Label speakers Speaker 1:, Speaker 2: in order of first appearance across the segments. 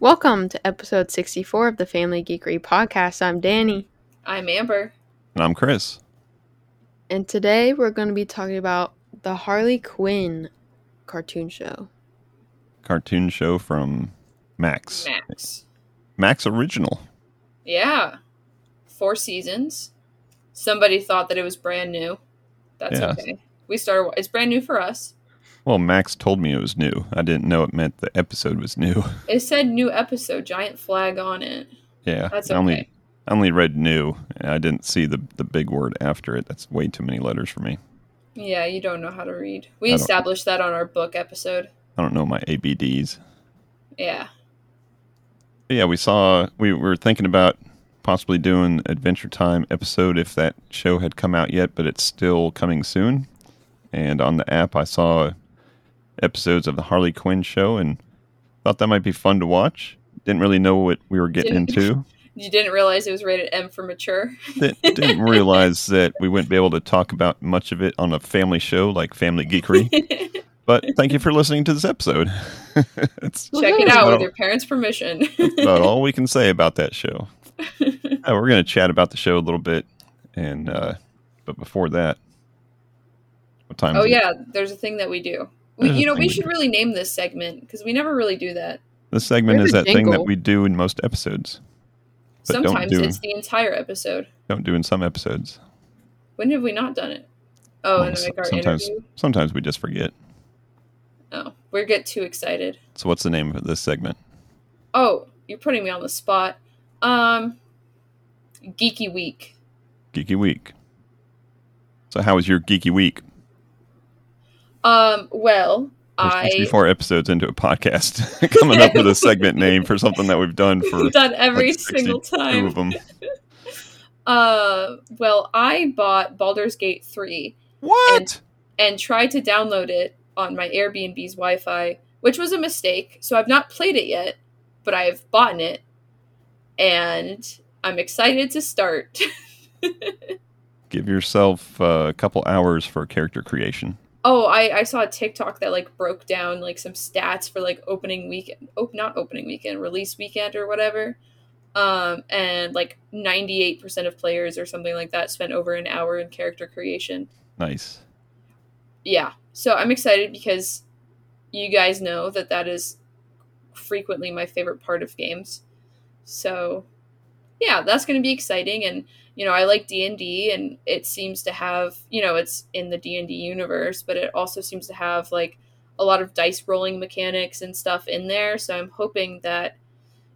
Speaker 1: Welcome to episode 64 of the Family Geekery podcast. I'm Danny,
Speaker 2: I'm Amber.
Speaker 3: And I'm Chris.
Speaker 1: and today we're going to be talking about the Harley Quinn cartoon show.
Speaker 3: Cartoon show from Max.
Speaker 2: Max.
Speaker 3: Max original.
Speaker 2: Yeah. Four seasons. Somebody thought that it was brand new. That's
Speaker 3: Yeah.
Speaker 2: okay. We started it's brand new for us.
Speaker 3: Well, Max told me it was new. I didn't know it meant the episode was new.
Speaker 2: It said new episode, giant flag on it.
Speaker 3: Yeah.
Speaker 2: That's
Speaker 3: I only
Speaker 2: okay.
Speaker 3: I only read new and I didn't see the, the big word after it. That's way too many letters for me.
Speaker 2: Yeah, you don't know how to read.
Speaker 3: I
Speaker 2: We
Speaker 3: don't-
Speaker 2: established that on our book episode.
Speaker 3: I don't know my ABDs.
Speaker 2: Yeah.
Speaker 3: But yeah, we saw we were thinking about possibly doing Adventure Time episode if that show had come out yet, but it's still coming soon. And on the app I saw episodes of the Harley Quinn show and thought that might be fun to watch. Didn't really know what we were getting
Speaker 2: Didn't-
Speaker 3: into.
Speaker 2: You didn't realize it was rated M for mature.
Speaker 3: Didn't, didn't realize that we wouldn't be able to talk about much of it on a family show like Family Geekery. But thank you for listening to this episode. it's
Speaker 2: Check
Speaker 1: Woohoo.
Speaker 2: it out
Speaker 3: Well-
Speaker 2: with your parents' permission. Oh,
Speaker 3: about all we can say about that show. Uh, we're going to chat about the show a little bit, and uh, but before that, what time?
Speaker 2: oh
Speaker 3: is it?
Speaker 2: yeah, there's a thing that we do. We,
Speaker 3: There's a
Speaker 2: you know,
Speaker 3: thing
Speaker 2: we
Speaker 3: we
Speaker 2: should
Speaker 3: do.
Speaker 2: really name this segment because we never really do that.
Speaker 3: this segment
Speaker 1: There's
Speaker 3: is
Speaker 1: a
Speaker 3: that thing
Speaker 1: jingle.
Speaker 3: that we do in most episodes. But don't
Speaker 2: Sometimes
Speaker 3: do-
Speaker 2: it's the entire episode.
Speaker 3: Don't do in some episodes.
Speaker 2: When have we not done it? Oh,
Speaker 3: Well,
Speaker 2: and
Speaker 3: so-
Speaker 2: like our
Speaker 3: sometimes-
Speaker 2: interview.
Speaker 3: Sometimes we just forget.
Speaker 2: Oh, we get too excited.
Speaker 3: So what's the name of this segment?
Speaker 2: Oh, you're putting me on the spot. Um, geeky week.
Speaker 3: Geeky Week. So how was your geeky week?
Speaker 2: Um, well,
Speaker 3: We're
Speaker 2: I
Speaker 3: 64 episodes into a podcast, coming up with a segment name for something that we've done for two
Speaker 2: done every
Speaker 3: like 62
Speaker 2: single
Speaker 3: of
Speaker 2: time.
Speaker 3: them.
Speaker 2: Uh, well, I bought Baldur's Gate three
Speaker 3: What?
Speaker 2: and tried to download it on my Airbnb's Wi-Fi, which was a mistake. So I've not played it yet, but I've bought it, and I'm excited to start.
Speaker 3: Give yourself uh, a couple hours for character creation.
Speaker 2: Oh, I, I saw a TikTok that like broke down like some stats for like opening weekend, oh, not opening weekend, release weekend or whatever. Um, and like 98% of players or something like that spent over an hour in character creation.
Speaker 3: Nice.
Speaker 2: Yeah. So I'm excited because you guys know that that is frequently my favorite part of games. So yeah, that's going to be exciting and you know, I like D&D and it seems to have, you know, it's in the D&D universe, but it also seems to have like a lot of dice rolling mechanics and stuff in there, so I'm hoping that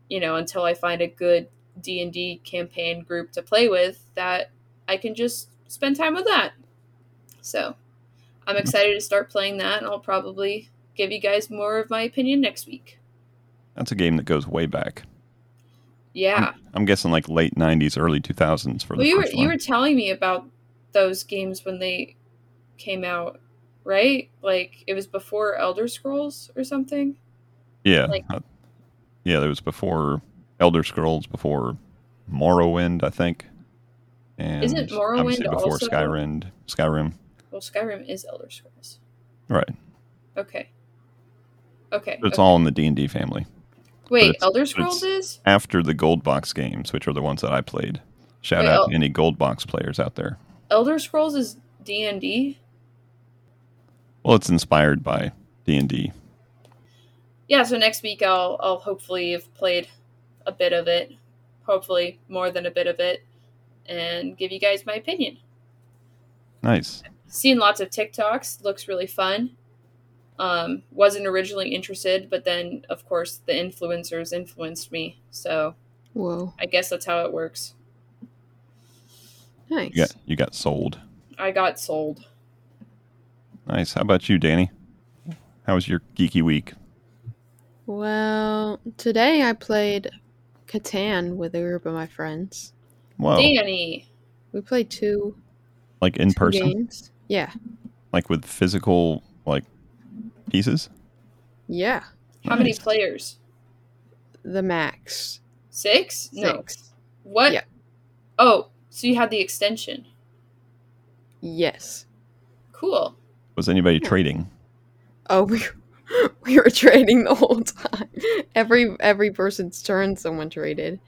Speaker 2: you know, until I find a good D&D campaign group to play with that I can just spend time with that. So, I'm excited to start playing that, and I'll probably give you guys more of my opinion next week.
Speaker 3: That's a game that goes way back.
Speaker 2: Yeah,
Speaker 3: I'm guessing like late '90s, early 2000s for the
Speaker 2: well, you were
Speaker 3: first
Speaker 2: you
Speaker 3: one.
Speaker 2: were telling me about those games when they came out, right? Like it was before Elder Scrolls or something.
Speaker 3: yeah,
Speaker 2: like-
Speaker 3: Uh, yeah. There was before Elder Scrolls, before Morrowind, I think. And
Speaker 2: Isn't Morrowind
Speaker 3: obviously before
Speaker 2: also-
Speaker 3: Skyrim? Skyrim,
Speaker 2: Well, Skyrim is Elder Scrolls.
Speaker 3: right?
Speaker 2: Okay. Okay.
Speaker 3: But it's
Speaker 2: okay.
Speaker 3: all in the D and D family.
Speaker 2: Wait,
Speaker 3: it's-
Speaker 2: Elder
Speaker 3: it's-
Speaker 2: Scrolls is?
Speaker 3: After the Gold Box games, which are the ones that I played. Shout
Speaker 2: Wait, oh.
Speaker 3: out
Speaker 2: El-
Speaker 3: to any Gold Box players out there.
Speaker 2: Elder Scrolls is D and D.
Speaker 3: Well, it's inspired by D and D.
Speaker 2: Yeah. So next week I'll I'll hopefully have played a bit of it, hopefully more than a bit of it, and give you guys my opinion.
Speaker 3: Nice.
Speaker 2: seen lots of TikToks. Looks really fun. Um, wasn't originally interested, but then of course the influencers influenced me. So
Speaker 1: Whoa,
Speaker 2: I guess that's how it works.
Speaker 1: nice.
Speaker 3: You got you got sold.
Speaker 2: I got sold.
Speaker 3: Nice. How about you, Danny? How was your geeky week?
Speaker 1: Well, today I played Catan with a group of my friends.
Speaker 3: Whoa!
Speaker 2: Danny,
Speaker 1: We played two,
Speaker 3: Like in
Speaker 1: two
Speaker 3: person.
Speaker 1: games. Yeah,
Speaker 3: like with physical like pieces.
Speaker 1: yeah,
Speaker 2: how many
Speaker 3: Nice.
Speaker 2: players?
Speaker 1: the max.
Speaker 2: Six? No.
Speaker 1: Six.
Speaker 2: What?
Speaker 1: Yeah.
Speaker 2: Oh, so you had the extension.
Speaker 1: Yes.
Speaker 2: Cool.
Speaker 3: Was anybody
Speaker 1: Yeah.
Speaker 3: trading?
Speaker 1: Oh, we we were trading the whole time. Every every person's turn, someone traded.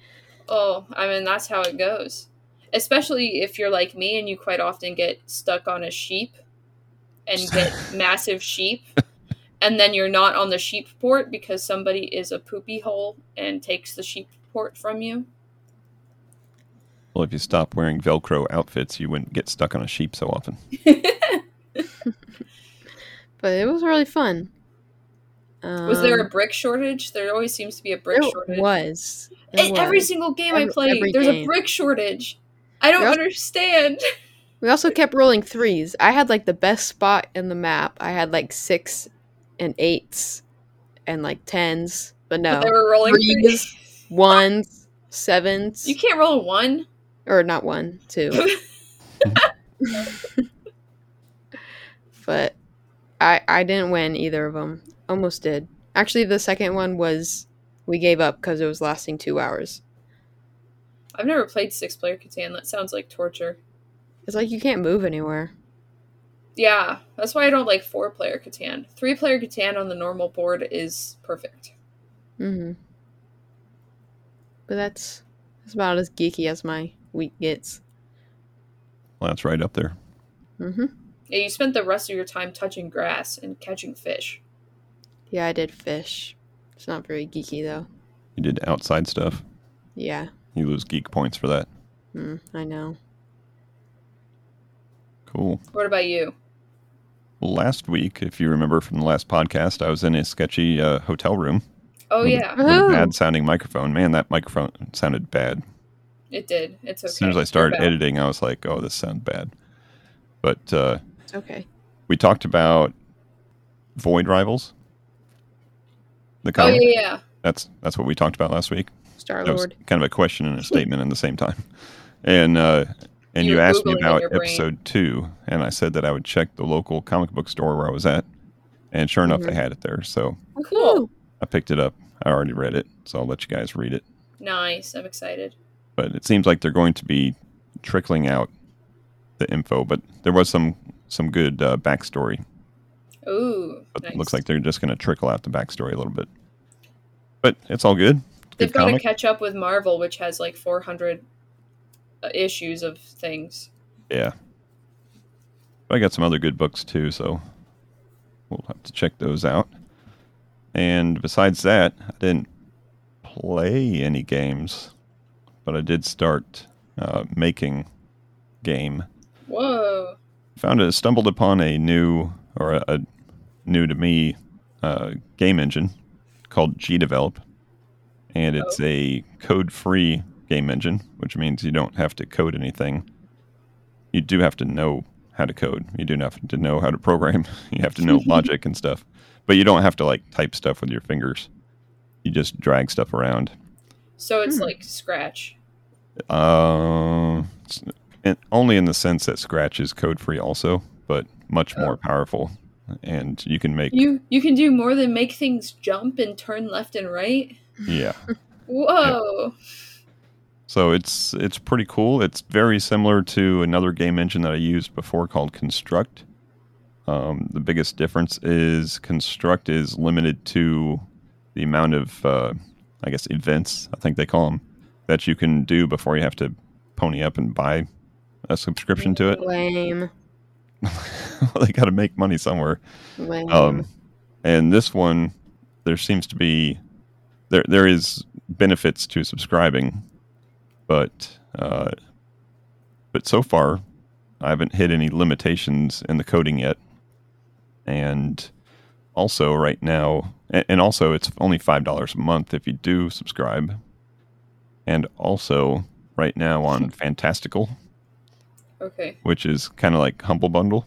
Speaker 2: Oh, I mean that's how it goes. Especially if you're like me and you quite often get stuck on a sheep and get massive sheep and then you're not on the sheep port because somebody is a poopy hole and takes the sheep port from you.
Speaker 3: Well, if you stop wearing Velcro outfits, you wouldn't get stuck on a sheep so often.
Speaker 1: But it was really fun.
Speaker 2: Was there a
Speaker 1: Um,
Speaker 2: brick shortage? There always seems to be a brick
Speaker 1: there
Speaker 2: shortage.
Speaker 1: was. There
Speaker 2: In every
Speaker 1: was.
Speaker 2: single game I
Speaker 1: Every-
Speaker 2: play,
Speaker 1: every
Speaker 2: there's a
Speaker 1: game.
Speaker 2: brick shortage. I don't
Speaker 1: There also-
Speaker 2: understand.
Speaker 1: We also kept rolling threes. I had like the best spot in the map. I had like six and eights and like tens, but no.
Speaker 2: But they were rolling.
Speaker 1: Threes.
Speaker 2: threes.
Speaker 1: Ones, sevens,
Speaker 2: You can't roll a one.
Speaker 1: or not one, two. but I I didn't win either of them. Almost did. Actually, the second one was we gave up because it was lasting two hours.
Speaker 2: I've never played six player Catan. That sounds like torture.
Speaker 1: It's like you can't move anywhere.
Speaker 2: Yeah, that's why I don't like four player Catan. Three player Catan on the normal board is perfect.
Speaker 1: Mm-hmm. But that's that's about as geeky as my week gets.
Speaker 3: Well, that's right up there.
Speaker 1: Mm-hmm.
Speaker 2: Yeah, you spent the rest of your time touching grass and catching fish.
Speaker 1: Yeah, I did fish. It's not very geeky though.
Speaker 3: You did outside stuff.
Speaker 1: Yeah,
Speaker 3: You lose geek points for that.
Speaker 1: mm, I know.
Speaker 3: Cool.
Speaker 2: What about you?
Speaker 3: Last week, if you remember from the last podcast, I was in a sketchy uh, hotel room
Speaker 2: Oh
Speaker 3: What a-
Speaker 2: yeah,
Speaker 3: with a
Speaker 1: Woohoo!
Speaker 3: bad sounding microphone. Man, that microphone sounded bad.
Speaker 2: it did. It's okay.
Speaker 3: As soon as I
Speaker 2: You're
Speaker 3: started
Speaker 2: back.
Speaker 3: editing, I was like, oh, this sounds bad. But uh,
Speaker 1: It's okay.
Speaker 3: we talked about Void Rivals. The
Speaker 2: Oh
Speaker 3: comic.
Speaker 2: yeah, yeah.
Speaker 3: That's that's what we talked about last week.
Speaker 1: Star
Speaker 3: That was
Speaker 1: Lord.
Speaker 3: kind of a question and a statement in the same time. And uh, and
Speaker 2: You
Speaker 3: you,
Speaker 2: were
Speaker 3: asked me
Speaker 2: Googling in
Speaker 3: about
Speaker 2: your brain.
Speaker 3: episode two, and I said that I would check the local comic book store where I was at, and sure enough,
Speaker 1: Mhm.
Speaker 2: Mm-hmm.
Speaker 3: they had it there. So
Speaker 2: Cool.
Speaker 3: I picked it up. I already read it, so I'll let you guys read it.
Speaker 2: Nice. I'm excited.
Speaker 3: But it seems like they're going to be trickling out the info. But there was some some good uh, backstory
Speaker 2: Ooh,
Speaker 3: but
Speaker 2: nice.
Speaker 3: it looks like they're just going to trickle out the backstory a little bit. But it's all good. It's a
Speaker 2: they've
Speaker 3: good
Speaker 2: got to
Speaker 3: comic.
Speaker 2: catch up with Marvel, which has like 400 uh, issues of things.
Speaker 3: yeah. But I got some other good books too, so we'll have to check those out. And besides that, I didn't play any games, but I did start uh, making game.
Speaker 2: Whoa.
Speaker 3: Found a stumbled upon a new or a, a new to me uh, game engine called GDevelop, and it's a code-free game engine, which means you don't have to code anything. You do have to know how to code. You do have to know how to program. You have to know logic and stuff, but you don't have to like type stuff with your fingers. You just drag stuff around.
Speaker 2: So it's
Speaker 1: Hmm.
Speaker 2: like Scratch.
Speaker 3: Uh, s- and only in the sense that Scratch is code-free, also, but much more powerful, and you can make
Speaker 2: You you can do more than make things jump and turn left and right.
Speaker 3: yeah.
Speaker 2: Whoa.
Speaker 3: So it's it's pretty cool. It's very similar to another game engine that I used before called Construct. Um, the biggest difference is Construct is limited to the amount of uh, I guess events I think they call them that you can do before you have to pony up and buy a subscription to it.
Speaker 1: Lame.
Speaker 3: well, they got to make money somewhere.
Speaker 1: Lame.
Speaker 3: Um, and this one, there seems to be there there is benefits to subscribing, but uh, but so far, I haven't hit any limitations in the coding yet, and also right now, a- and also it's only five dollars a month if you do subscribe, and also right now on Fantastical,
Speaker 2: Okay.
Speaker 3: which is kind of like Humble Bundle.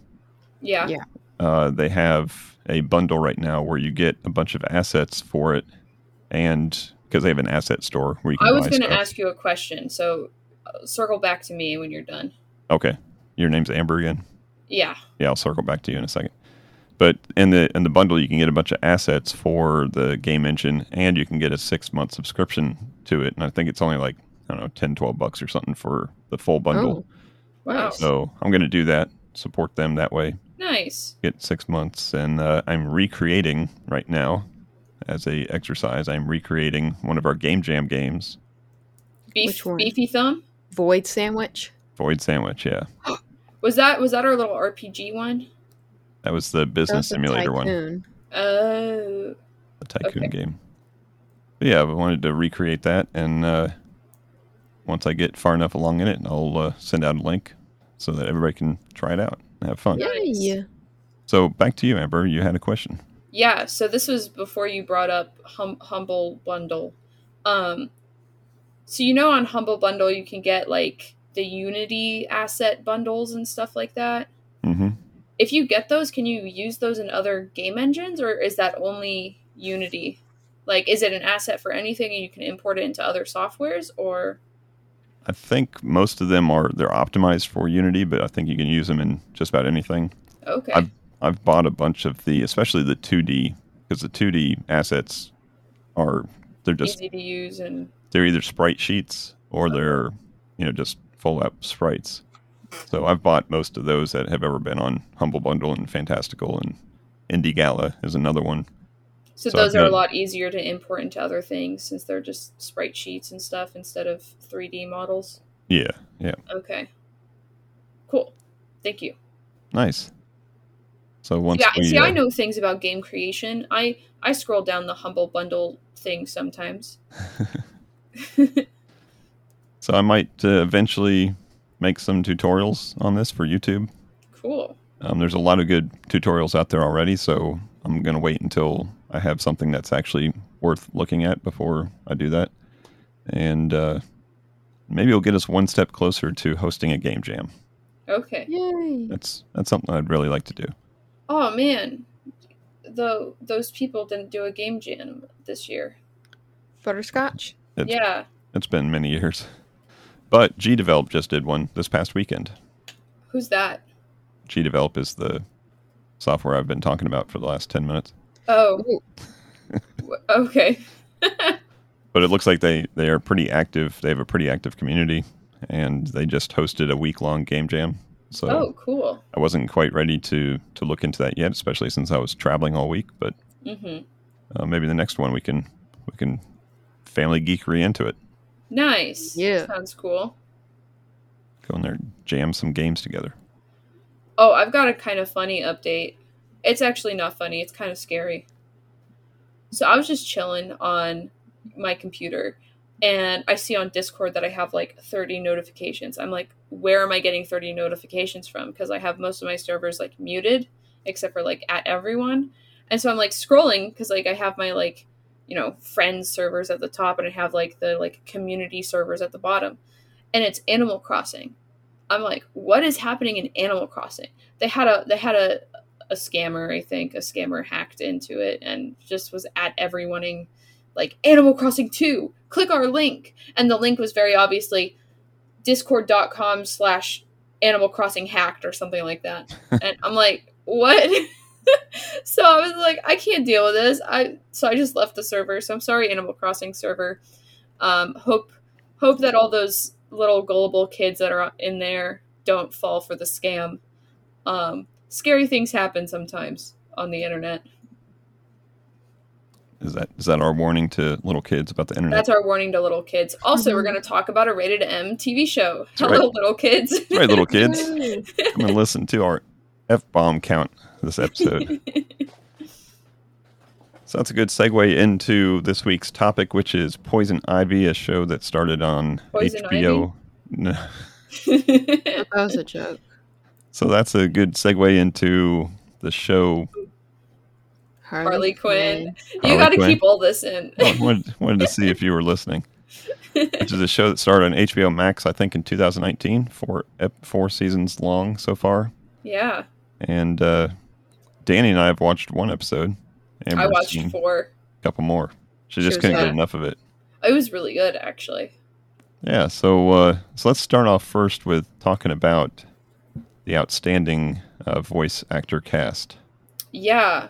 Speaker 2: Yeah.
Speaker 1: Yeah.
Speaker 3: Uh, they have a bundle right now where you get a bunch of assets for it, and because they have an asset store where you can
Speaker 2: I was
Speaker 3: buy
Speaker 2: going to
Speaker 3: stuff.
Speaker 2: ask you a question. So uh, circle back to me when you're done.
Speaker 3: Okay, your name's Amber again.
Speaker 2: Yeah.
Speaker 3: Yeah, I'll circle back to you in a second. But in the in the bundle, you can get a bunch of assets for the game engine, and you can get a six month subscription to it. And I think it's only like I don't know 10, 12 bucks or something for the full bundle.
Speaker 1: Oh,
Speaker 2: Wow.
Speaker 1: Nice.
Speaker 3: So I'm going to do that. Support them that way.
Speaker 2: Nice.
Speaker 3: get six months, and uh, I'm recreating right now as a exercise. I'm recreating one of our game jam games,
Speaker 2: Beef,
Speaker 1: Which one?
Speaker 2: Beefy thumb.
Speaker 1: Void sandwich.
Speaker 3: Void Sandwich. Yeah,
Speaker 2: Was that was that our little RPG one?
Speaker 3: that was the business
Speaker 1: That's a
Speaker 3: simulator one,
Speaker 1: tycoon.
Speaker 2: Oh,
Speaker 3: the tycoon
Speaker 2: Okay.
Speaker 3: game. But yeah, I wanted to recreate that, and uh, once I get far enough along in it, I'll uh, send out a link so that everybody can try it out and have fun.
Speaker 2: Yeah. Nice.
Speaker 1: Yay.
Speaker 3: So back to you, Amber. You had a question.
Speaker 2: yeah. So this was before you brought up hum- Humble Bundle. Um, so you know on Humble Bundle you can get like the Unity asset bundles and stuff like that.
Speaker 3: hmm
Speaker 2: If you get those, can you use those in other game engines, or is that only Unity? Like, is it an asset for anything, and you can import it into other softwares, or
Speaker 3: I think most of them are they're optimized for Unity, but I think you can use them in just about anything.
Speaker 2: okay?
Speaker 3: I've- I've bought a bunch of the, especially the 2D, because the 2D assets are they're just
Speaker 2: easy to use and
Speaker 3: they're either sprite sheets or they're you know just full out sprites. So I've bought most of those that have ever been on Humble Bundle and Fantastical and Indie Gala is another one.
Speaker 2: so,
Speaker 3: So
Speaker 2: those
Speaker 3: I've
Speaker 2: are a
Speaker 3: got-
Speaker 2: lot easier to import into other things since they're just sprite sheets and stuff instead of 3d models
Speaker 3: Yeah,
Speaker 2: okay cool thank you
Speaker 3: nice. So once
Speaker 2: yeah
Speaker 3: we,
Speaker 2: see
Speaker 3: uh,
Speaker 2: i know things about game creation i i scroll down the humble bundle thing sometimes
Speaker 3: so I might uh, eventually make some tutorials on this for YouTube.
Speaker 2: cool
Speaker 3: Um, there's a lot of good tutorials out there already, so I'm going to wait until I have something that's actually worth looking at before I do that. And uh, maybe it'll get us one step closer to hosting a game jam.
Speaker 2: okay
Speaker 1: Yay.
Speaker 3: That's that's something I'd really like to do.
Speaker 2: oh man though those people didn't do a game jam this year
Speaker 1: Butterscotch.
Speaker 3: It's-
Speaker 2: yeah
Speaker 3: It's been many years. But GDevelop just did one this past weekend.
Speaker 2: who's that
Speaker 3: GDevelop is the software I've been talking about for the last 10 minutes.
Speaker 2: oh
Speaker 1: Ooh.
Speaker 2: W- okay
Speaker 3: But it looks like they, they are pretty active. They have a pretty active community, and they just hosted a week long game jam. So
Speaker 2: oh cool
Speaker 3: I wasn't quite ready to to look into that yet, especially since I was traveling all week. But
Speaker 2: mm-hmm
Speaker 3: uh, maybe the next one we can we can family geekery into it.
Speaker 2: Nice.
Speaker 1: Yeah.
Speaker 2: Sounds cool.
Speaker 3: Go in there, jam some games together.
Speaker 2: Oh, I've got a kind of funny update. It's actually not funny, it's kind of scary. So I was just chilling on my computer and I see on Discord that I have like 30 notifications. I'm like, where am I getting 30 notifications from? Because I have most of my servers like muted, except for like at everyone. And so I'm like scrolling because like I have my like, you know, friends servers at the top and I have like the like community servers at the bottom. And it's Animal Crossing. I'm like, what is happening in Animal Crossing? They had a they had a a scammer, I think, a scammer hacked into it and just was at everyoneing like Animal Crossing 2, click our link. And the link was very obviously discord.com slash Animal Crossing hacked or something like that. and I'm like, what? so I was like, I can't deal with this. I so I just left the server. So I'm sorry, Animal Crossing server. Um, hope hope that all those little gullible kids that are in there don't fall for the scam. Um, scary things happen sometimes on the internet.
Speaker 3: Is that is that our warning to little kids about the internet?
Speaker 2: That's our warning to little kids. Also,
Speaker 1: Mm-hmm.
Speaker 2: we're going to talk about a rated M TV show. Hello,
Speaker 3: right.
Speaker 2: little kids.
Speaker 3: That's right, little kids.
Speaker 1: Yay.
Speaker 3: Come and listen to our f bomb count this episode. so that's a good segue into this week's topic, which is Poison Ivy, a show that started on
Speaker 2: Poison
Speaker 3: HBO. No.
Speaker 1: That was a joke.
Speaker 3: So that's a good segue into the show.
Speaker 1: Harley,
Speaker 2: Harley Quinn. you
Speaker 3: Harley
Speaker 2: got to
Speaker 3: Quinn.
Speaker 2: keep all this in.
Speaker 3: I wanted, wanted to see if you were listening. Which is a show that started on HBO Max, I think, in 2019, four ep- four seasons long so far.
Speaker 2: yeah,
Speaker 3: And uh, Danny and I have watched one episode. and
Speaker 2: I
Speaker 3: we're
Speaker 2: watched
Speaker 3: seeing
Speaker 2: four.
Speaker 3: a couple more. She
Speaker 1: She
Speaker 3: just
Speaker 1: was
Speaker 3: couldn't get
Speaker 2: hot.
Speaker 3: enough of it.
Speaker 2: It was really good, actually.
Speaker 3: Yeah. So uh, so let's start off first with talking about the outstanding uh, voice actor cast.
Speaker 2: Yeah,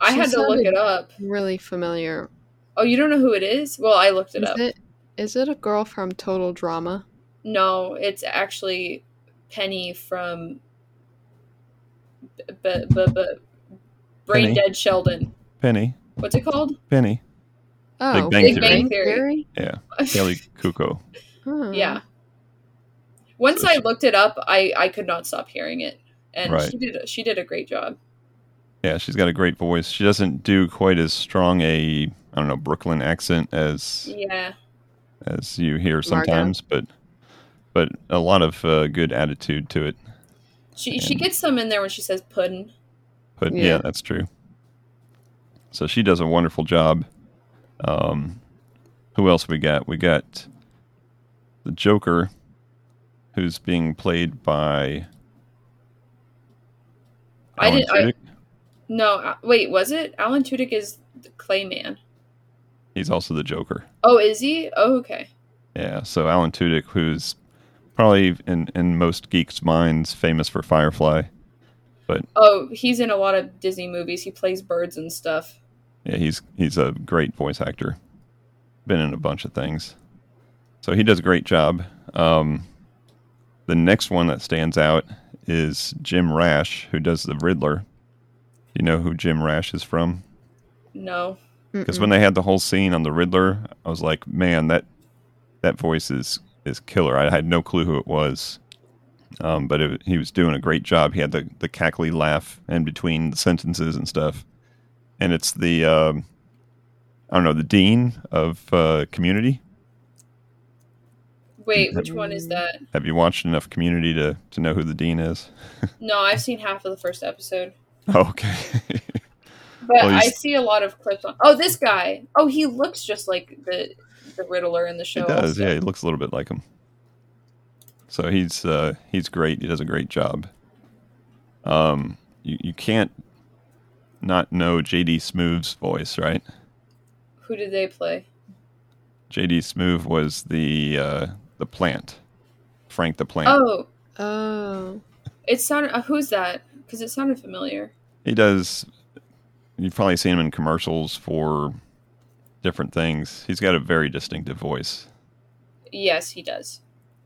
Speaker 2: I
Speaker 1: She
Speaker 2: had to look
Speaker 1: sounded-
Speaker 2: it up.
Speaker 1: Really familiar.
Speaker 2: Oh, you don't know who it is? Well, I looked it
Speaker 1: Is
Speaker 2: up.
Speaker 1: it? Is it a girl from Total Drama?
Speaker 2: No, it's actually Penny from b- b- b- brain
Speaker 3: Penny.
Speaker 2: dead Sheldon.
Speaker 3: Penny,
Speaker 2: What's it called?
Speaker 3: Penny,
Speaker 1: Oh,
Speaker 3: Bang
Speaker 2: Big Bang Theory.
Speaker 3: Kelly Kuko.
Speaker 1: Huh.
Speaker 2: yeah. Once I looked it up, I I could not stop hearing it, and
Speaker 3: Right.
Speaker 2: she did she did a great job.
Speaker 3: Yeah, she's got a great voice. She doesn't do quite as strong a I don't know Brooklyn accent as
Speaker 2: Yeah,
Speaker 3: as you hear sometimes, but but a lot of uh, good attitude to it.
Speaker 2: she she gets some in there when she says puddin.
Speaker 3: But yeah.
Speaker 1: Yeah.
Speaker 3: that's true. So she does a wonderful job. Um, who else we got? We got the Joker, who's being played by.
Speaker 2: I
Speaker 3: Alan
Speaker 2: didn't- I-
Speaker 3: Tudyk.
Speaker 2: No, uh, wait, was it Alan Tudyk is the clay man?
Speaker 3: He's also the Joker.
Speaker 2: Oh, is he? Oh, okay.
Speaker 3: Yeah. So Alan Tudyk, who's probably in in most geeks' minds famous for Firefly.
Speaker 2: Oh, he's in a lot of Disney movies. He plays birds and stuff.
Speaker 3: Yeah, he's he's a great voice actor. Been in a bunch of things, so he does a great job. Um, the next one that stands out is Jim Rash, who does the Riddler. You know who Jim Rash is from?
Speaker 2: No,
Speaker 3: Because
Speaker 1: Mm-mm.
Speaker 3: when they had the whole scene on the Riddler, I was like, man, that that voice is is killer. I had no clue who it was, um, but it, he was doing a great job. He had the the cackly laugh in between the sentences and stuff, and it's the um, I don't know the dean of uh, Community.
Speaker 2: wait, which one is that?
Speaker 3: Have you watched enough Community to to know who the dean is?
Speaker 2: No, I've seen half of the first episode,
Speaker 3: Oh, okay,
Speaker 2: but
Speaker 3: Well,
Speaker 2: I
Speaker 3: he's-
Speaker 2: see a lot of clips on. Oh, this guy. Oh, he looks just like the the Riddler in the
Speaker 3: he
Speaker 2: show.
Speaker 3: does.
Speaker 2: also.
Speaker 3: Yeah, he looks a little bit like him. So he's uh, he's great. He does a great job. Um, you, you can't not know JD Smoove's voice, right?
Speaker 2: Who did they play?
Speaker 3: JD Smoove was the uh, the plant, Frank the plant.
Speaker 2: Oh,
Speaker 1: Oh.
Speaker 2: it sounded. Uh, who's that? Because it sounded familiar.
Speaker 3: He does. You've probably seen him in commercials for different things. He's got a very distinctive voice.
Speaker 2: Yes, he does,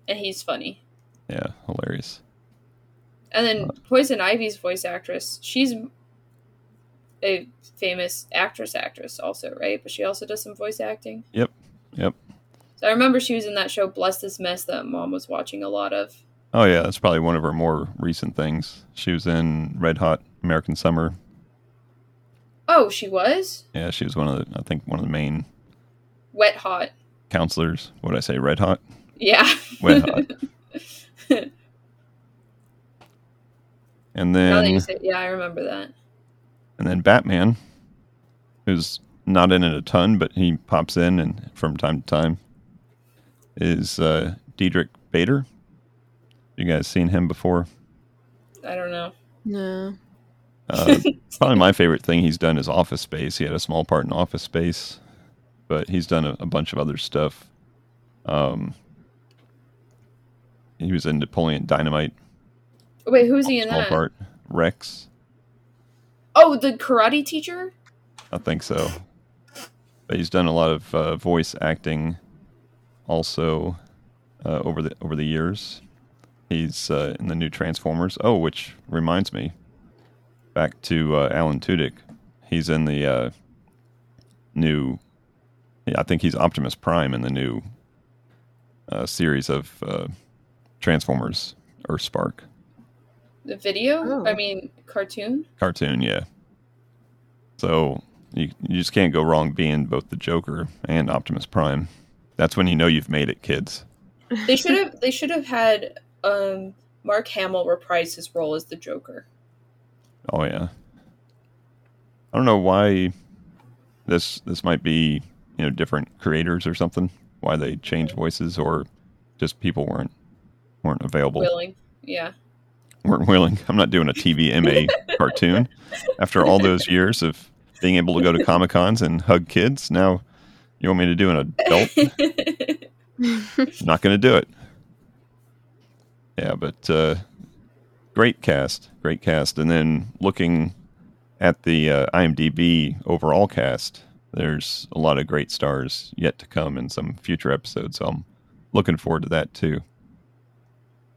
Speaker 2: and he's funny.
Speaker 3: Yeah, hilarious.
Speaker 2: And then Poison Ivy's voice actress. She's a famous actress, actress also, right? But she also does some voice acting.
Speaker 3: Yep, yep.
Speaker 2: So I remember she was in that show Bless This Mess that mom was watching a lot of.
Speaker 3: Oh yeah, that's probably one of her more recent things. She was in Red Hot American Summer.
Speaker 2: Oh, she was?
Speaker 3: Yeah, she was one of the I think one of the main
Speaker 2: Wet Hot.
Speaker 3: counselors. What did I say? Red Hot,
Speaker 2: Yeah.
Speaker 3: Wet Hot. and
Speaker 2: Now that you
Speaker 3: then
Speaker 2: say, yeah, I remember that.
Speaker 3: and then Batman, who's not in it a ton, but he pops in and from time to time, is uh, Diedrich Bader. You guys seen him before?
Speaker 2: I don't know.
Speaker 1: No.
Speaker 3: Uh, probably my favorite thing he's done is Office Space. He had a small part in Office Space, but he's done a, a bunch of other stuff. Um, he was in Napoleon Dynamite.
Speaker 2: Wait, who's he in
Speaker 3: small
Speaker 2: that?
Speaker 3: part. Rex,
Speaker 2: Oh, the karate teacher?
Speaker 3: I think so. But he's done a lot of uh, voice acting, also uh, over the over the years. He's uh, in the new Transformers. Oh, which reminds me, back to uh, Alan Tudyk. He's in the uh, new. Yeah, I think he's Optimus Prime in the new uh, series of uh, Transformers Earth Spark
Speaker 2: The video?
Speaker 1: Oh.
Speaker 2: I mean, cartoon?
Speaker 3: cartoon. Yeah. So you you just can't go wrong being both the Joker and Optimus Prime. That's when you know you've made it, kids.
Speaker 2: They should have they should have had um Mark Hamill reprise his role as the Joker.
Speaker 3: Oh yeah. I don't know why this this might be you know different creators or something. Why they changed voices or just people weren't weren't available,
Speaker 2: Willing. Yeah.
Speaker 3: weren't willing. I'm not doing a TV MA cartoon after all those years of being able to go to comic cons and hug kids. Now you want me to do an adult not going to do it. Yeah, but uh, great cast, great cast. And then looking at the uh, IMDb overall cast, there's a lot of great stars yet to come in some future episodes. So I'm looking forward to that too.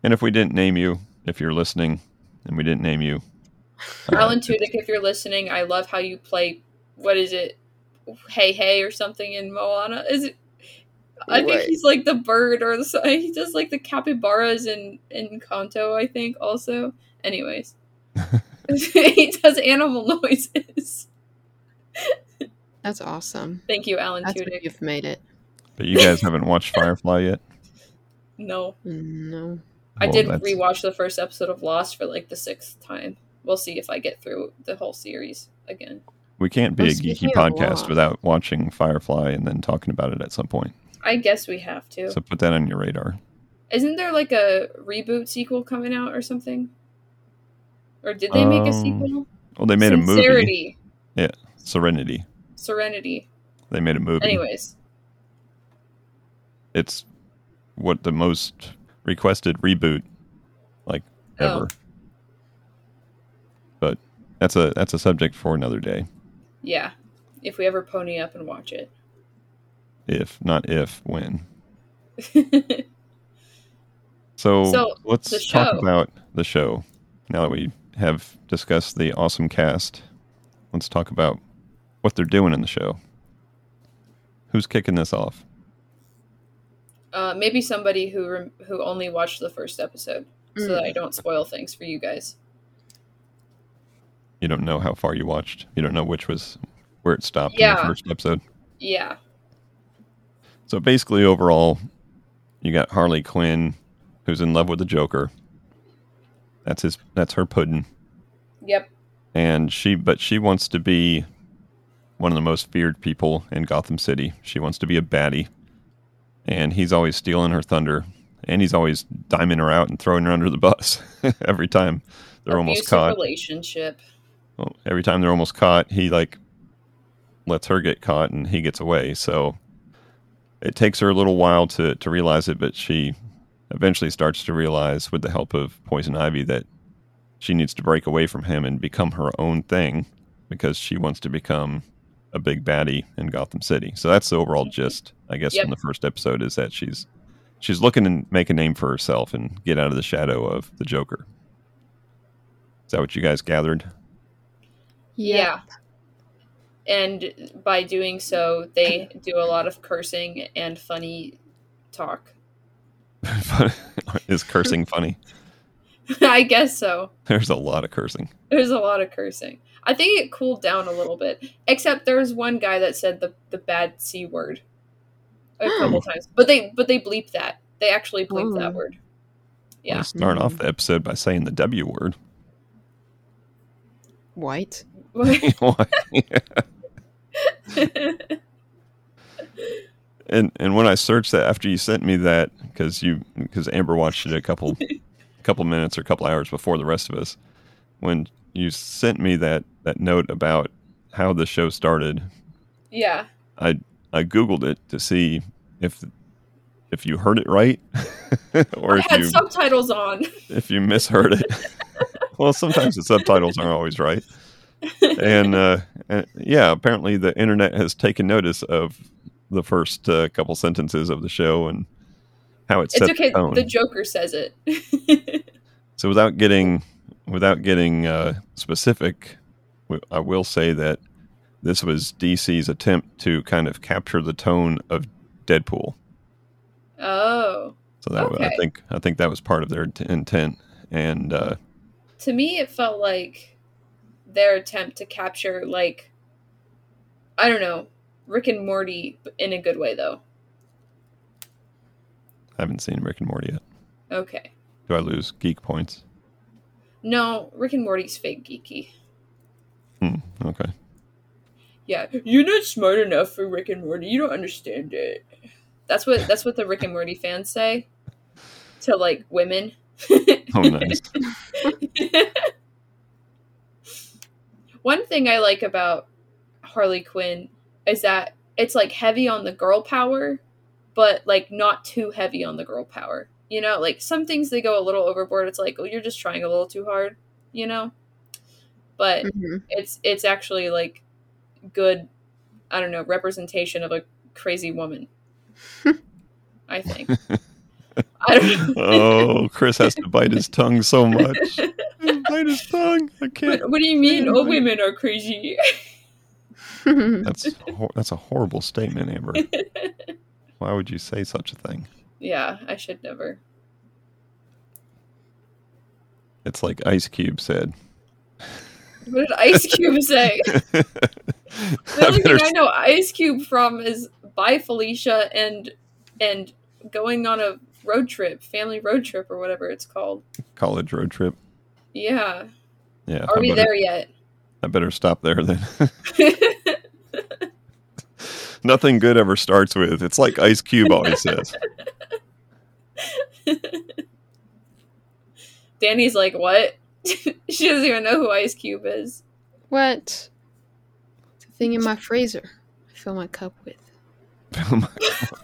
Speaker 3: And if we didn't name you, if you're listening, and we didn't name you, Uh,
Speaker 2: Alan Tudyk, if you're listening, I love how you play. What is it? Hey, hey, or something in Moana. Is it? I think
Speaker 1: Right.
Speaker 2: he's like the bird, or the he does like the capybaras in in Kanto. I think also. Anyways, he does animal noises.
Speaker 1: That's awesome.
Speaker 2: Thank you, Alan
Speaker 1: That's what
Speaker 2: Tudyk.
Speaker 1: you've made it.
Speaker 3: but you guys haven't watched Firefly yet.
Speaker 2: No,
Speaker 1: Mm, No.
Speaker 2: I
Speaker 3: Well,
Speaker 2: did
Speaker 3: that's-
Speaker 2: rewatch the first episode of Lost for like the sixth time. We'll see if I get through the whole series again.
Speaker 3: We can't be
Speaker 1: Well,
Speaker 3: a geeky
Speaker 1: speaking of
Speaker 3: podcast
Speaker 1: law-
Speaker 3: without watching Firefly and then talking about it at some point.
Speaker 2: I guess we have to.
Speaker 3: So put that on your radar.
Speaker 2: Isn't there like a reboot sequel coming out or something? Or did they make a
Speaker 3: Um,
Speaker 2: sequel?
Speaker 3: Well, they made a movie,
Speaker 2: Sincerity,
Speaker 3: Serenity.
Speaker 2: Serenity.
Speaker 3: They made a movie.
Speaker 2: Anyways,
Speaker 3: It's what the most requested reboot like
Speaker 2: Oh.
Speaker 3: ever. But that's a that's a subject for another day.
Speaker 2: yeah. If we ever pony up and watch it.
Speaker 3: If not if when. So,
Speaker 2: So,
Speaker 3: let's
Speaker 2: the
Speaker 3: talk
Speaker 2: show.
Speaker 3: about the show. Now that we have discussed the awesome cast, let's talk about what they're doing in the show. Who's kicking this off?
Speaker 2: uh, maybe somebody who rem- who only watched the first episode so
Speaker 1: Mm.
Speaker 2: that I don't spoil things for you guys.
Speaker 3: You don't know how far you watched. You don't know which was where it stopped in
Speaker 2: Yeah.
Speaker 3: the first episode.
Speaker 2: Yeah.
Speaker 3: So basically, overall, you got Harley Quinn, who's in love with the Joker. That's his. That's her pudding.
Speaker 2: Yep.
Speaker 3: and she but she wants to be one of the most feared people in Gotham City. She wants to be a baddie, and he's always stealing her thunder, and he's always diming her out and throwing her under the bus every time they're almost
Speaker 2: Abusive
Speaker 3: caught.
Speaker 2: Relationship.
Speaker 3: Well, every time they're almost caught, he like lets her get caught and he gets away. So it takes her a little while to to realize it, but she eventually starts to realize with the help of Poison Ivy that she needs to break away from him and become her own thing because she wants to become a big baddie in Gotham City. So that's the overall gist, I guess,
Speaker 2: Yep.
Speaker 3: from the first episode is that she's she's looking to make a name for herself and get out of the shadow of the Joker. Is that what you guys gathered?
Speaker 2: Yeah. And by doing so, they do a lot of cursing and funny talk.
Speaker 3: is cursing funny?
Speaker 2: I guess so.
Speaker 3: There's a lot of cursing.
Speaker 2: There's a lot of cursing. I think it cooled down a little bit. Except there was one guy that said the, the bad C word a couple times. But they but they bleep that. They actually bleep
Speaker 1: Oh.
Speaker 2: that word.
Speaker 3: Yeah.
Speaker 2: Yeah.
Speaker 3: start off
Speaker 1: Mhm.
Speaker 3: the episode by saying the W word.
Speaker 1: White.
Speaker 3: and and when I searched that after you sent me that because you because Amber watched it a couple a couple minutes or a couple hours before the rest of us, when you sent me that that note about how the show started,
Speaker 2: yeah.
Speaker 3: I googled it to see if if you heard it right or
Speaker 2: I
Speaker 3: if
Speaker 2: had
Speaker 3: you
Speaker 2: subtitles on.
Speaker 3: if you misheard it. well, sometimes the subtitles aren't always right. And uh, uh, yeah, apparently the internet has taken notice of the first uh, couple sentences of the show and how it
Speaker 2: It's
Speaker 3: set
Speaker 2: okay.
Speaker 3: the tone.
Speaker 2: The Joker says it.
Speaker 3: so without getting without getting uh, specific, w- I will say that this was DC's attempt to kind of capture the tone of Deadpool.
Speaker 2: oh.
Speaker 3: So that I
Speaker 2: Okay.
Speaker 3: think I think that was part of their t- intent. And uh,
Speaker 2: to me it felt like their attempt to capture like i don't know rick and morty in a good way though
Speaker 3: I haven't seen Rick and Morty yet.
Speaker 2: okay
Speaker 3: Do I lose geek points?
Speaker 2: no rick and morty's fake geeky
Speaker 3: Hmm, okay.
Speaker 2: yeah you're not smart enough for rick and morty you don't understand it that's what that's what the rick and morty fans say to like women
Speaker 3: Oh, nice.
Speaker 2: One thing I like about Harley Quinn is that it's like heavy on the girl power, but like not too heavy on the girl power. You know, like some things they go a little overboard. It's like, oh, you're just trying a little too hard, you know? But
Speaker 1: Mhm.
Speaker 2: it's it's actually like good I don't know, representation of a crazy woman. I think. I don't know.
Speaker 3: oh, Chris has to bite his tongue so much. bite his tongue. I can't.
Speaker 2: What, what do you mean?
Speaker 3: Yeah,
Speaker 2: All
Speaker 3: right.
Speaker 2: women are crazy.
Speaker 1: Mm-hmm.
Speaker 3: That's hor- that's a horrible statement, Amber. Why would you say such a thing?
Speaker 2: yeah, I should never.
Speaker 3: It's like Ice Cube said.
Speaker 2: What did Ice Cube say?
Speaker 3: I
Speaker 2: The only
Speaker 3: better
Speaker 2: thing I know Ice Cube from is "Bye Felicia" and and going on a road trip, family road trip or whatever it's called.
Speaker 3: college road trip.
Speaker 2: Yeah,
Speaker 3: Yeah,
Speaker 2: are
Speaker 3: I,
Speaker 2: we
Speaker 3: better,
Speaker 2: there yet?
Speaker 3: I better stop there then. Nothing good ever starts with. It's like Ice Cube always says.
Speaker 2: Danny's like, what? she doesn't even know who Ice Cube is.
Speaker 1: what? It's a thing in my freezer. I fill my cup with.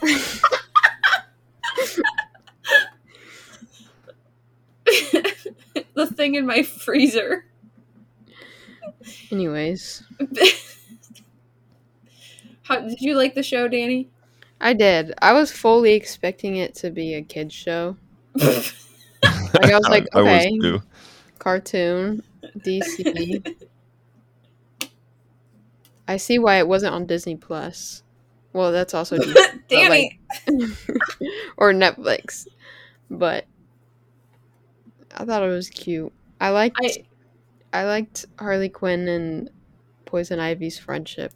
Speaker 2: the thing in my freezer.
Speaker 1: Anyways,
Speaker 2: How did you like the show, Danny?
Speaker 1: I did. I was fully expecting it to be a kids show, Like, I was like,
Speaker 3: I, was
Speaker 1: okay.
Speaker 3: too.
Speaker 1: cartoon, DC. I see why it wasn't on Disney Plus. Well, that's also DC.
Speaker 2: Danny.
Speaker 1: or Netflix. But I thought it was cute. I liked
Speaker 2: I
Speaker 1: I, liked Harley Quinn and Poison Ivy's friendship.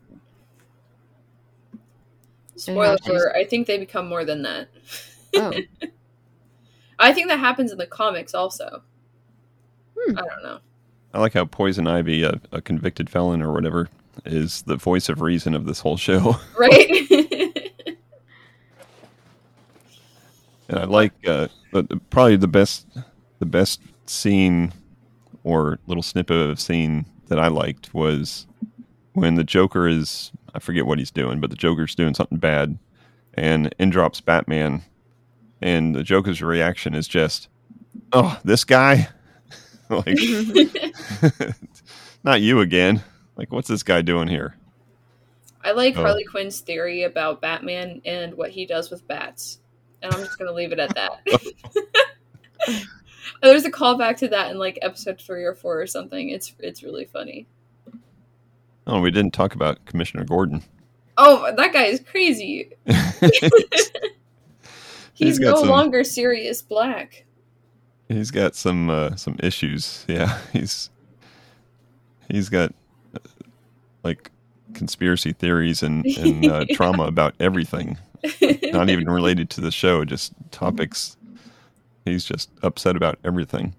Speaker 2: spoiler
Speaker 1: she's-
Speaker 2: alert, I think they become more than that.
Speaker 1: Oh,
Speaker 2: I think that happens in the comics also.
Speaker 1: Hmm.
Speaker 2: I don't know.
Speaker 3: I like how Poison Ivy, a, a convicted felon or whatever, is the voice of reason of this whole show.
Speaker 2: Right?
Speaker 3: And I like uh, but the- probably the best the best scene or little snippet of scene that I liked was when the Joker is I forget what he's doing, but the Joker's doing something bad, and in drops Batman, and the Joker's reaction is just, "Oh, this guy," like, "Not you again." Like, what's this guy doing here?
Speaker 2: I like
Speaker 3: Oh.
Speaker 2: Harley Quinn's theory about Batman and what he does with bats. And I'm just going to leave it at that. There's a callback to that in like episode 3 or 4 or something. It's it's really funny.
Speaker 3: Oh, we didn't talk about Commissioner Gordon.
Speaker 2: Oh, that guy is crazy. He's,
Speaker 3: got
Speaker 2: no
Speaker 3: some-
Speaker 2: longer serious black.
Speaker 3: He's got some uh, some issues. Yeah, he's he's got uh, like conspiracy theories and, and uh, trauma about everything, not even related to the show. Just topics. He's just upset about everything.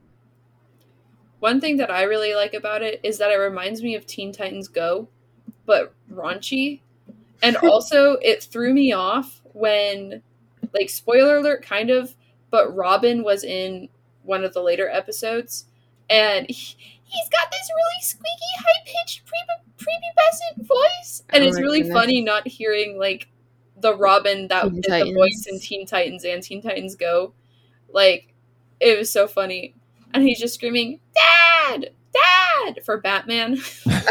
Speaker 2: One thing that I really like about it is that it reminds me of Teen Titans Go, but raunchy. And also, it threw me off when, like, spoiler alert, kind of, but Robin was in one of the later episodes, and he, he's got this really squeaky, high pitched, prepubescent voice. And
Speaker 1: Oh
Speaker 2: it's
Speaker 1: my
Speaker 2: really
Speaker 1: goodness.
Speaker 2: funny not hearing, like, the Robin that
Speaker 1: Teen
Speaker 2: did the
Speaker 1: Titans.
Speaker 2: voice in Teen Titans and Teen Titans Go. Like, it was so funny. And he's just screaming, Dad! Dad! for Batman.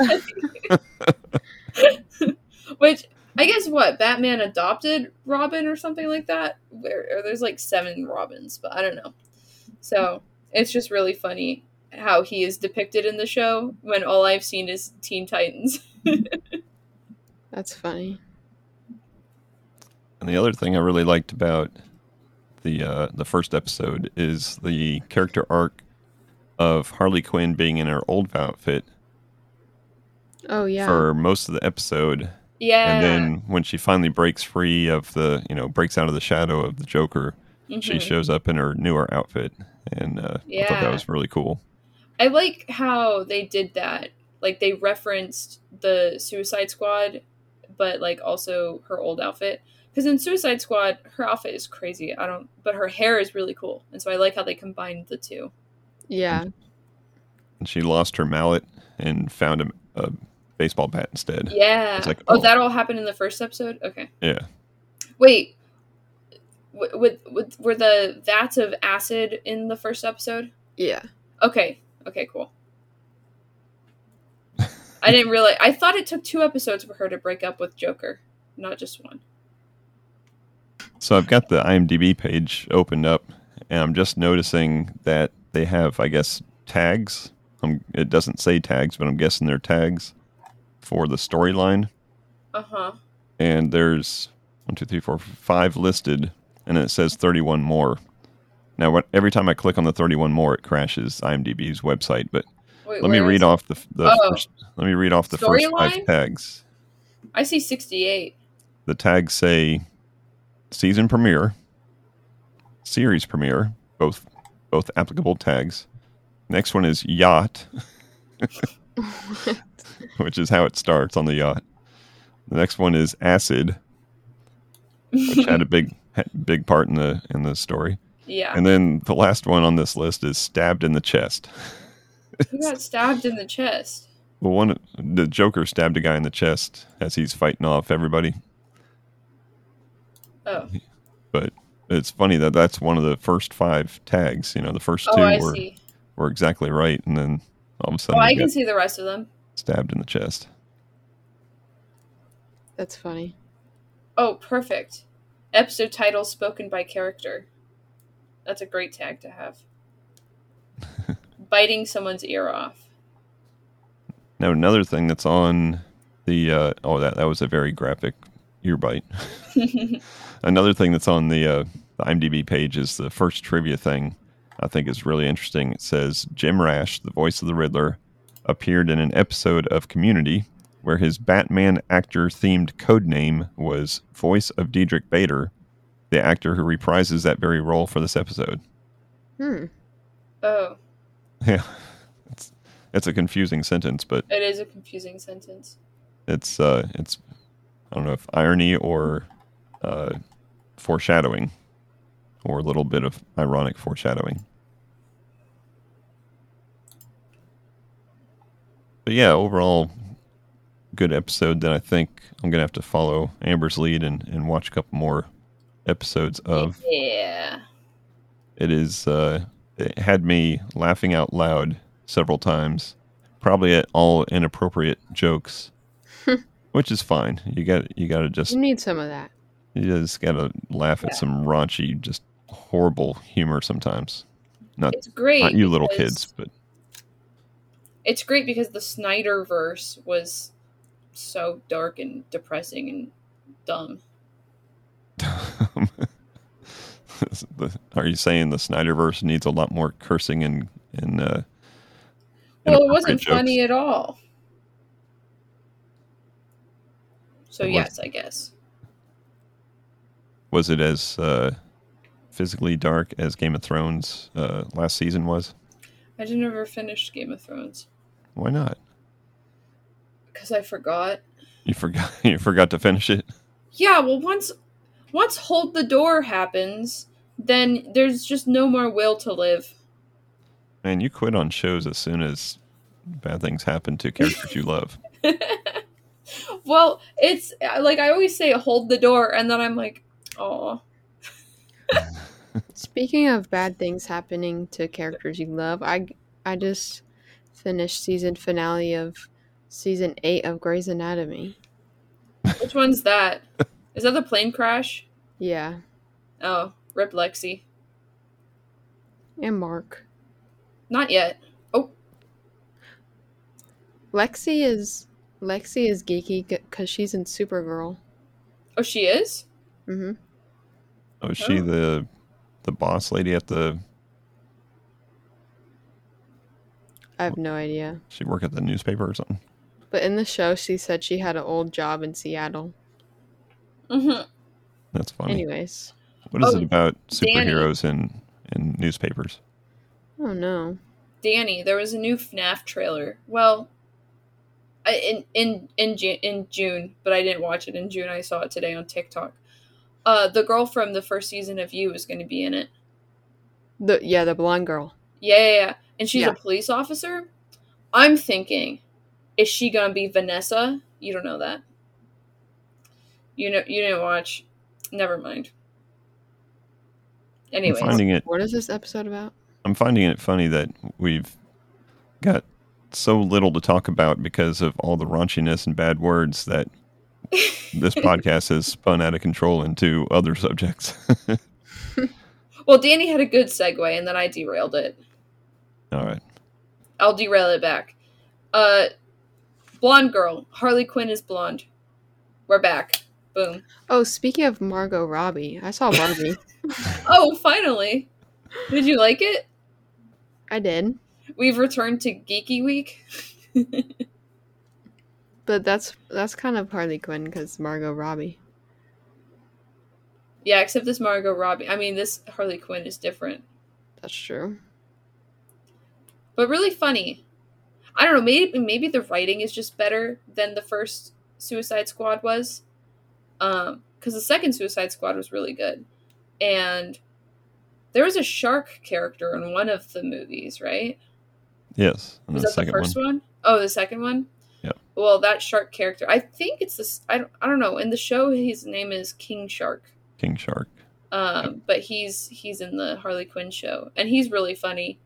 Speaker 2: Which I guess what Batman adopted Robin or something like that. Where or there's like seven Robins, but I don't know. So it's just really funny how he is depicted in the show when all I've seen is Teen Titans.
Speaker 1: that's funny.
Speaker 3: And the other thing I really liked about the uh, the first episode is the character arc of Harley Quinn being in her old outfit
Speaker 1: Oh yeah.
Speaker 3: for most of the episode,
Speaker 2: Yeah.
Speaker 3: and then when she finally breaks free of the you know breaks out of the shadow of the Joker. she
Speaker 2: Mhm.
Speaker 3: shows up in her newer outfit and uh, i thought
Speaker 2: Yeah.
Speaker 3: that was really cool
Speaker 2: I like how they did that. Like they referenced the Suicide Squad, but like also her old outfit. Because in Suicide Squad, her outfit is crazy. I don't, but her hair is really cool, and so I like how they combined the two.
Speaker 1: yeah.
Speaker 3: and she lost her mallet and found a, a baseball bat instead
Speaker 2: Yeah.
Speaker 3: It's like,
Speaker 2: oh.
Speaker 3: oh.
Speaker 2: that all happened in the first episode. Okay.
Speaker 3: yeah
Speaker 2: Wait. W- With, with were the vats of acid in the first episode?
Speaker 1: Yeah.
Speaker 2: Okay. Okay. Cool. I didn't realize. I thought it took two episodes for her to break up with Joker, not just one.
Speaker 3: so i've got the imdb page opened up and i'm just noticing that they have i guess tags I'm, it doesn't say tags, but I'm guessing they're tags for the storyline.
Speaker 2: Uh huh.
Speaker 3: And there's one, two, three, four, five listed, and it says 31 more. Now, what, every time I click on the 31 more, it crashes IMDb's website. But
Speaker 2: Wait,
Speaker 3: let me
Speaker 2: where
Speaker 3: read
Speaker 2: is-
Speaker 3: off the, f- the
Speaker 2: Oh.
Speaker 3: first, let me read off the first
Speaker 2: Storyline?
Speaker 3: five tags.
Speaker 2: I see sixty-eight.
Speaker 3: The tags say season premiere, series premiere, both both applicable tags. Next one is yacht, which is how it starts on the yacht. The next one is acid, which had a big had a big part in the in the story.
Speaker 2: yeah.
Speaker 3: And then the last one on this list is stabbed in the chest.
Speaker 2: Who got stabbed in the chest?
Speaker 3: The one the Joker stabbed a guy in the chest as he's fighting off everybody.
Speaker 2: Oh,
Speaker 3: But it's funny that that's one of the first five tags. You know, the first two
Speaker 2: oh, I
Speaker 3: were,
Speaker 2: see.
Speaker 3: were exactly right, and then all of a
Speaker 2: Oh,
Speaker 3: sudden
Speaker 2: I
Speaker 3: he
Speaker 2: can
Speaker 3: got
Speaker 2: see the rest of them.
Speaker 3: stabbed in the chest.
Speaker 1: That's funny.
Speaker 2: Oh, perfect. Episode title spoken by character. That's a great tag to have. Biting someone's ear off.
Speaker 3: Now another thing that's on the uh, oh that that was a very graphic ear bite. another thing that's on the, uh, the IMDb page is the first trivia thing. I think is really interesting. It says Jim Rash, the voice of the Riddler, appeared in an episode of Community where his Batman actor themed codename was voice of Diedrich Bader, the actor who reprises that very role for this episode.
Speaker 1: Hmm.
Speaker 2: oh,
Speaker 3: Yeah. It's it's a confusing sentence, but
Speaker 2: it is a confusing sentence.
Speaker 3: it's uh it's i don't know if irony or uh foreshadowing or a little bit of ironic foreshadowing but yeah overall good episode that i think i'm gonna have to follow amber's lead and, and watch a couple more episodes of
Speaker 2: Yeah.
Speaker 3: it is uh it had me laughing out loud several times probably at all inappropriate jokes which is fine you got you got to just
Speaker 1: You need some of that.
Speaker 3: you just got to laugh at
Speaker 2: Yeah.
Speaker 3: some raunchy just horrible humor sometimes
Speaker 2: It's great.
Speaker 3: not you little
Speaker 2: because-
Speaker 3: kids but
Speaker 2: It's great because the Snyderverse was so dark and depressing and dumb.
Speaker 3: the, are you saying the Snyderverse needs a lot more cursing and and uh
Speaker 2: Well, it
Speaker 3: inappropriate
Speaker 2: wasn't
Speaker 3: jokes?
Speaker 2: funny at all. So,
Speaker 3: It
Speaker 2: yes, I guess.
Speaker 3: was it as uh physically dark as Game of Thrones uh last season was
Speaker 2: I didn't ever finish Game of Thrones
Speaker 3: why not
Speaker 2: because I forgot.
Speaker 3: You forgot you forgot to finish it.
Speaker 2: Yeah, well, once once Hold the Door happens, then there's just no more will to live.
Speaker 3: Man, you quit on shows as soon as bad things happen to characters you love.
Speaker 2: Well, it's like I always say, Hold the Door, and then I'm like, oh,
Speaker 1: Speaking of bad things happening to characters you love, I I just finished season finale of season eight of Grey's Anatomy.
Speaker 2: which one's that? Is that the plane crash?
Speaker 1: Yeah,
Speaker 2: Oh, rip Lexi.
Speaker 1: and Mark.
Speaker 2: Not yet.
Speaker 1: Lexi is Lexi is geeky because she's in Supergirl.
Speaker 2: Oh, she is.
Speaker 1: hmm
Speaker 3: Was she
Speaker 2: Oh.
Speaker 3: the the boss lady at the
Speaker 1: I have no idea,
Speaker 3: she work at the newspaper or something?
Speaker 1: but in the show, she said she had an old job in Seattle.
Speaker 2: hmm
Speaker 3: That's funny.
Speaker 1: Anyways,
Speaker 3: what is
Speaker 2: Oh,
Speaker 3: it about
Speaker 2: Danny.
Speaker 3: superheroes and and newspapers?
Speaker 1: oh no,
Speaker 2: Danny, there was a new FNAF trailer. Well, I- in in in Ju- in June, but I didn't watch it in June. I saw it today on TikTok. Uh, the girl from the first season of You is going to be in it.
Speaker 1: the yeah the blonde girl.
Speaker 2: Yeah, yeah, yeah. and she's
Speaker 1: Yeah.
Speaker 2: a police officer. I'm thinking, is she going to be Vanessa? You don't know that. You know, you didn't watch. Never mind. Anyways,
Speaker 3: I'm finding it
Speaker 1: What is this episode about?
Speaker 3: I'm finding it funny that we've got so little to talk about because of all the raunchiness and bad words that this podcast has spun out of control into other subjects.
Speaker 2: well, Danny had a good segue, and then I derailed it.
Speaker 3: all right.
Speaker 2: I'll derail it back. Uh, blonde girl. Harley Quinn is blonde. We're back. Boom.
Speaker 1: Oh, speaking of Margot Robbie, I saw Barbie.
Speaker 2: Oh, finally. Did you like it?
Speaker 1: I did,
Speaker 2: We've returned to Geeky Week.
Speaker 1: but that's that's kind of Harley Quinn because Margot Robbie.
Speaker 2: yeah, except this Margot Robbie. I mean, this Harley Quinn is different,
Speaker 1: That's true.
Speaker 2: but really funny. I don't know. Maybe maybe the writing is just better than the first Suicide Squad was, because the second Suicide Squad was really good, and there was a shark character in one of the movies, right?
Speaker 3: Yes, and
Speaker 2: Was
Speaker 3: the
Speaker 2: that
Speaker 3: second
Speaker 2: the first one? Oh, the second one.
Speaker 3: Yep.
Speaker 2: Well, that shark character. I think it's this. I don't, I don't know. In the show, his name is King Shark.
Speaker 3: one, King Shark.
Speaker 2: Um, but he's he's in the Harley Quinn show, and he's really funny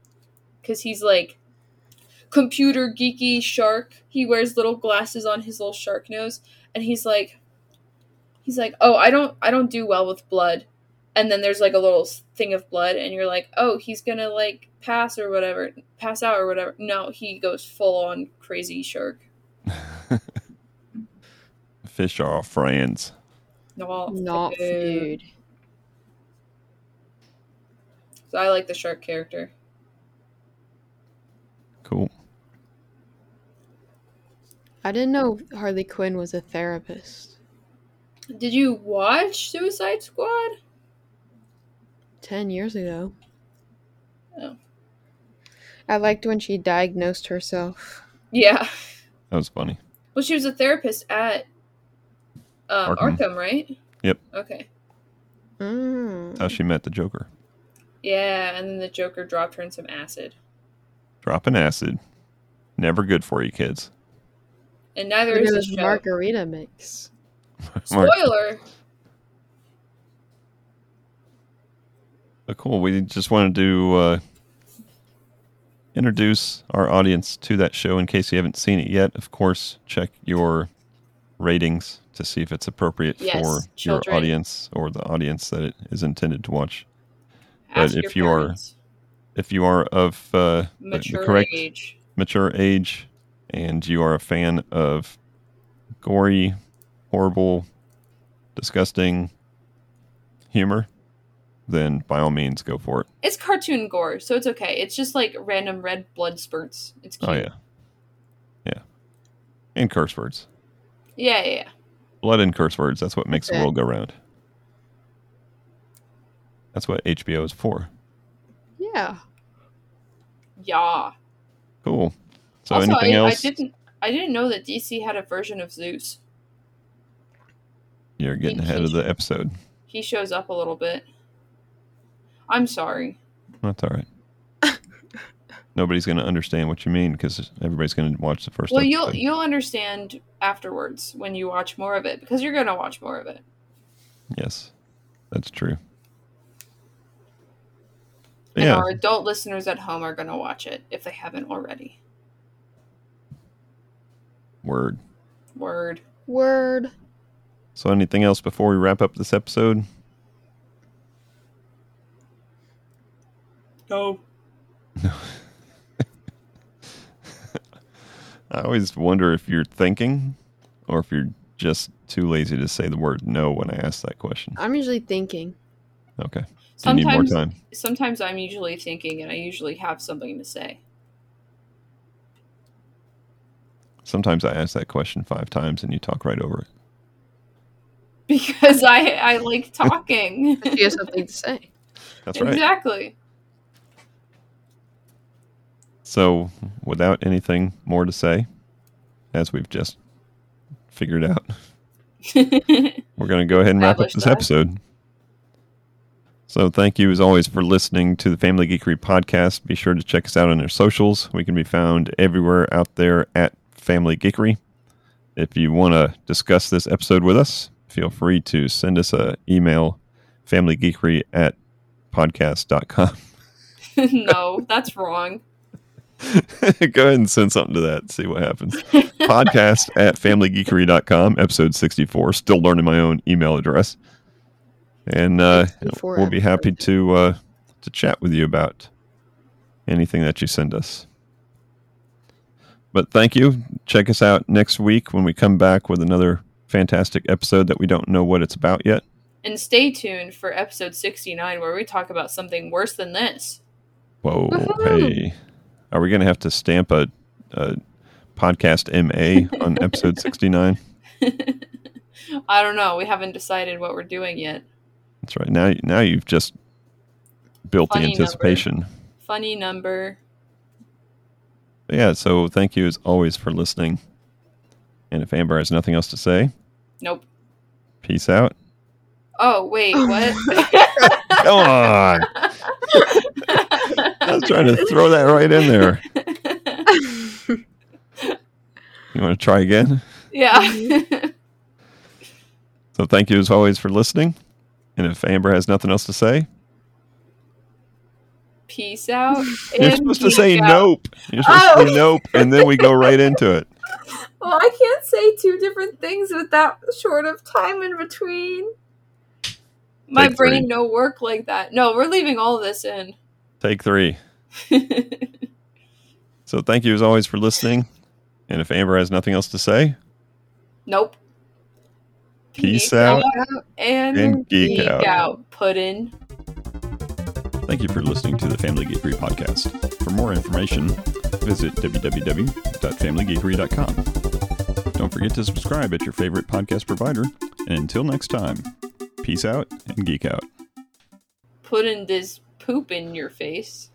Speaker 2: because he's like computer geeky shark. He wears little glasses on his little shark nose, and he's like, he's like, oh, I don't I don't do well with blood. And then there's like a little s- thing of blood, and you're like, oh, he's gonna like pass or whatever, pass out or whatever. No, he goes full on crazy shark.
Speaker 3: Fish are our friends.
Speaker 2: Not,
Speaker 1: Not food.
Speaker 2: So I like the shark character.
Speaker 3: Cool.
Speaker 1: I didn't know Harley Quinn was a therapist.
Speaker 2: Did you watch Suicide Squad?
Speaker 1: Ten years ago.
Speaker 2: Oh.
Speaker 1: I liked when she diagnosed herself.
Speaker 2: Yeah.
Speaker 3: That was funny.
Speaker 2: Well, she was a therapist at um,
Speaker 3: Arkham.
Speaker 2: Arkham. right?
Speaker 3: Yep.
Speaker 2: Okay.
Speaker 1: Mm.
Speaker 3: How she met the Joker.
Speaker 2: Yeah, and then the Joker dropped her in some acid,
Speaker 3: Dropping acid. Never good for you, kids.
Speaker 2: and neither
Speaker 1: It
Speaker 2: is the
Speaker 1: was
Speaker 2: show.
Speaker 1: margarita mix.
Speaker 3: Mark.
Speaker 2: Spoiler.
Speaker 3: But uh, cool. We just wanted to uh, introduce our audience to that show in case you haven't seen it yet. Of course, check your ratings to see if it's appropriate
Speaker 2: Yes,
Speaker 3: for
Speaker 2: children.
Speaker 3: your audience or the audience that it is intended to watch. But
Speaker 2: Ask
Speaker 3: if
Speaker 2: your
Speaker 3: you are
Speaker 2: parents.
Speaker 3: If you are of uh, the-
Speaker 2: mature
Speaker 3: the correct
Speaker 2: age,
Speaker 3: mature age and you are a fan of gory, horrible, disgusting humor, then by all means go for it.
Speaker 2: it's cartoon gore, so it's okay. It's just like random red blood spurts. It's cute.
Speaker 3: Oh yeah. Yeah. And curse words.
Speaker 2: Yeah, yeah, yeah.
Speaker 3: Blood and curse words. That's what makes the
Speaker 1: Yeah.
Speaker 3: world go round. That's what HBO is for.
Speaker 1: Yeah.
Speaker 2: Yeah.
Speaker 3: Cool. So
Speaker 2: also,
Speaker 3: anything
Speaker 2: I,
Speaker 3: else?
Speaker 2: I didn't. I didn't know that DC had a version of Zeus.
Speaker 3: You're getting ahead of the episode.
Speaker 2: He shows up a little bit. I'm sorry.
Speaker 3: That's all right. Nobody's going to understand what you mean because everybody's going to watch the first
Speaker 2: Well, you'll
Speaker 3: episode.
Speaker 2: you'll understand afterwards when you watch more of it because you're gonna watch more of it.
Speaker 3: Yes, that's true.
Speaker 2: And
Speaker 3: yeah,
Speaker 2: our adult listeners at home are gonna watch it if they haven't already.
Speaker 3: word.
Speaker 2: Word.
Speaker 1: Word.
Speaker 3: So, anything else before we wrap up this episode?
Speaker 2: No.
Speaker 3: I always wonder if you're thinking or if you're just too lazy to say the word no when I ask that question.
Speaker 1: I'm usually thinking.
Speaker 3: Okay. Do you need more
Speaker 2: Sometimes
Speaker 3: time?
Speaker 2: sometimes I'm usually thinking and I usually have something to say.
Speaker 3: Sometimes I ask that question five times and you talk right over it.
Speaker 2: Because I I like talking.
Speaker 1: She has something to say.
Speaker 3: That's right.
Speaker 2: exactly.
Speaker 3: So, without anything more to say, as we've just figured out, we're going to go ahead and wrap up
Speaker 2: Establish
Speaker 3: this
Speaker 2: that.
Speaker 3: episode. So, thank you as always for listening to the Family Geekery podcast. Be sure to check us out on our socials. We can be found everywhere out there at Family Geekery. If you want to discuss this episode with us, feel free to send us an email, familygeekery at podcast.com.
Speaker 2: no, that's wrong.
Speaker 3: go ahead and send something to that, see what happens. podcast at familygeekery.com, episode 64. Still learning my own email address. And uh,
Speaker 1: 64
Speaker 3: we'll be happy
Speaker 1: episodes.
Speaker 3: to uh, to chat with you about anything that you send us. But thank you. Check us out next week when we come back with another fantastic episode that we don't know what it's about yet.
Speaker 2: And stay tuned for episode 69, where we talk about something worse than this.
Speaker 3: Whoa.
Speaker 1: Woohoo.
Speaker 3: Hey. Are we going to have to stamp a, a podcast MA on episode 69?
Speaker 2: I don't know. We haven't decided what we're doing yet.
Speaker 3: That's right. Now, now you've just built
Speaker 2: Funny
Speaker 3: the
Speaker 2: number.
Speaker 3: anticipation.
Speaker 2: Funny number.
Speaker 3: Yeah. So thank you as always for listening. And if Amber has nothing else to say,
Speaker 2: Nope.
Speaker 3: peace out.
Speaker 2: Oh, wait, what?
Speaker 3: Come on. I was trying to throw that right in there. You want to try again? Mm-hmm.
Speaker 2: yeah.
Speaker 3: So thank you as always for listening. And if Amber has nothing else to say,
Speaker 2: Peace out.
Speaker 3: you're
Speaker 2: and
Speaker 3: supposed to
Speaker 2: peace
Speaker 3: say
Speaker 2: out.
Speaker 3: nope. You're supposed
Speaker 2: Oh.
Speaker 3: to say nope, and then we go right into it.
Speaker 2: Well, I can't say two different things with that short of time in between. My
Speaker 3: Take three.
Speaker 2: brain no work like that. No, we're leaving all this in.
Speaker 3: Take three. So thank you as always for listening. And if Amber has nothing else to say,
Speaker 2: nope.
Speaker 3: Peace out
Speaker 2: and,
Speaker 3: and geek
Speaker 2: geek
Speaker 3: out.
Speaker 2: out. Puddin.
Speaker 3: Thank you for listening to the Family Geekery podcast. For more information, visit www.familygeekery.com. Don't forget to subscribe at your favorite podcast provider. And until next time, peace out and geek out.
Speaker 2: Putting this poop in your face.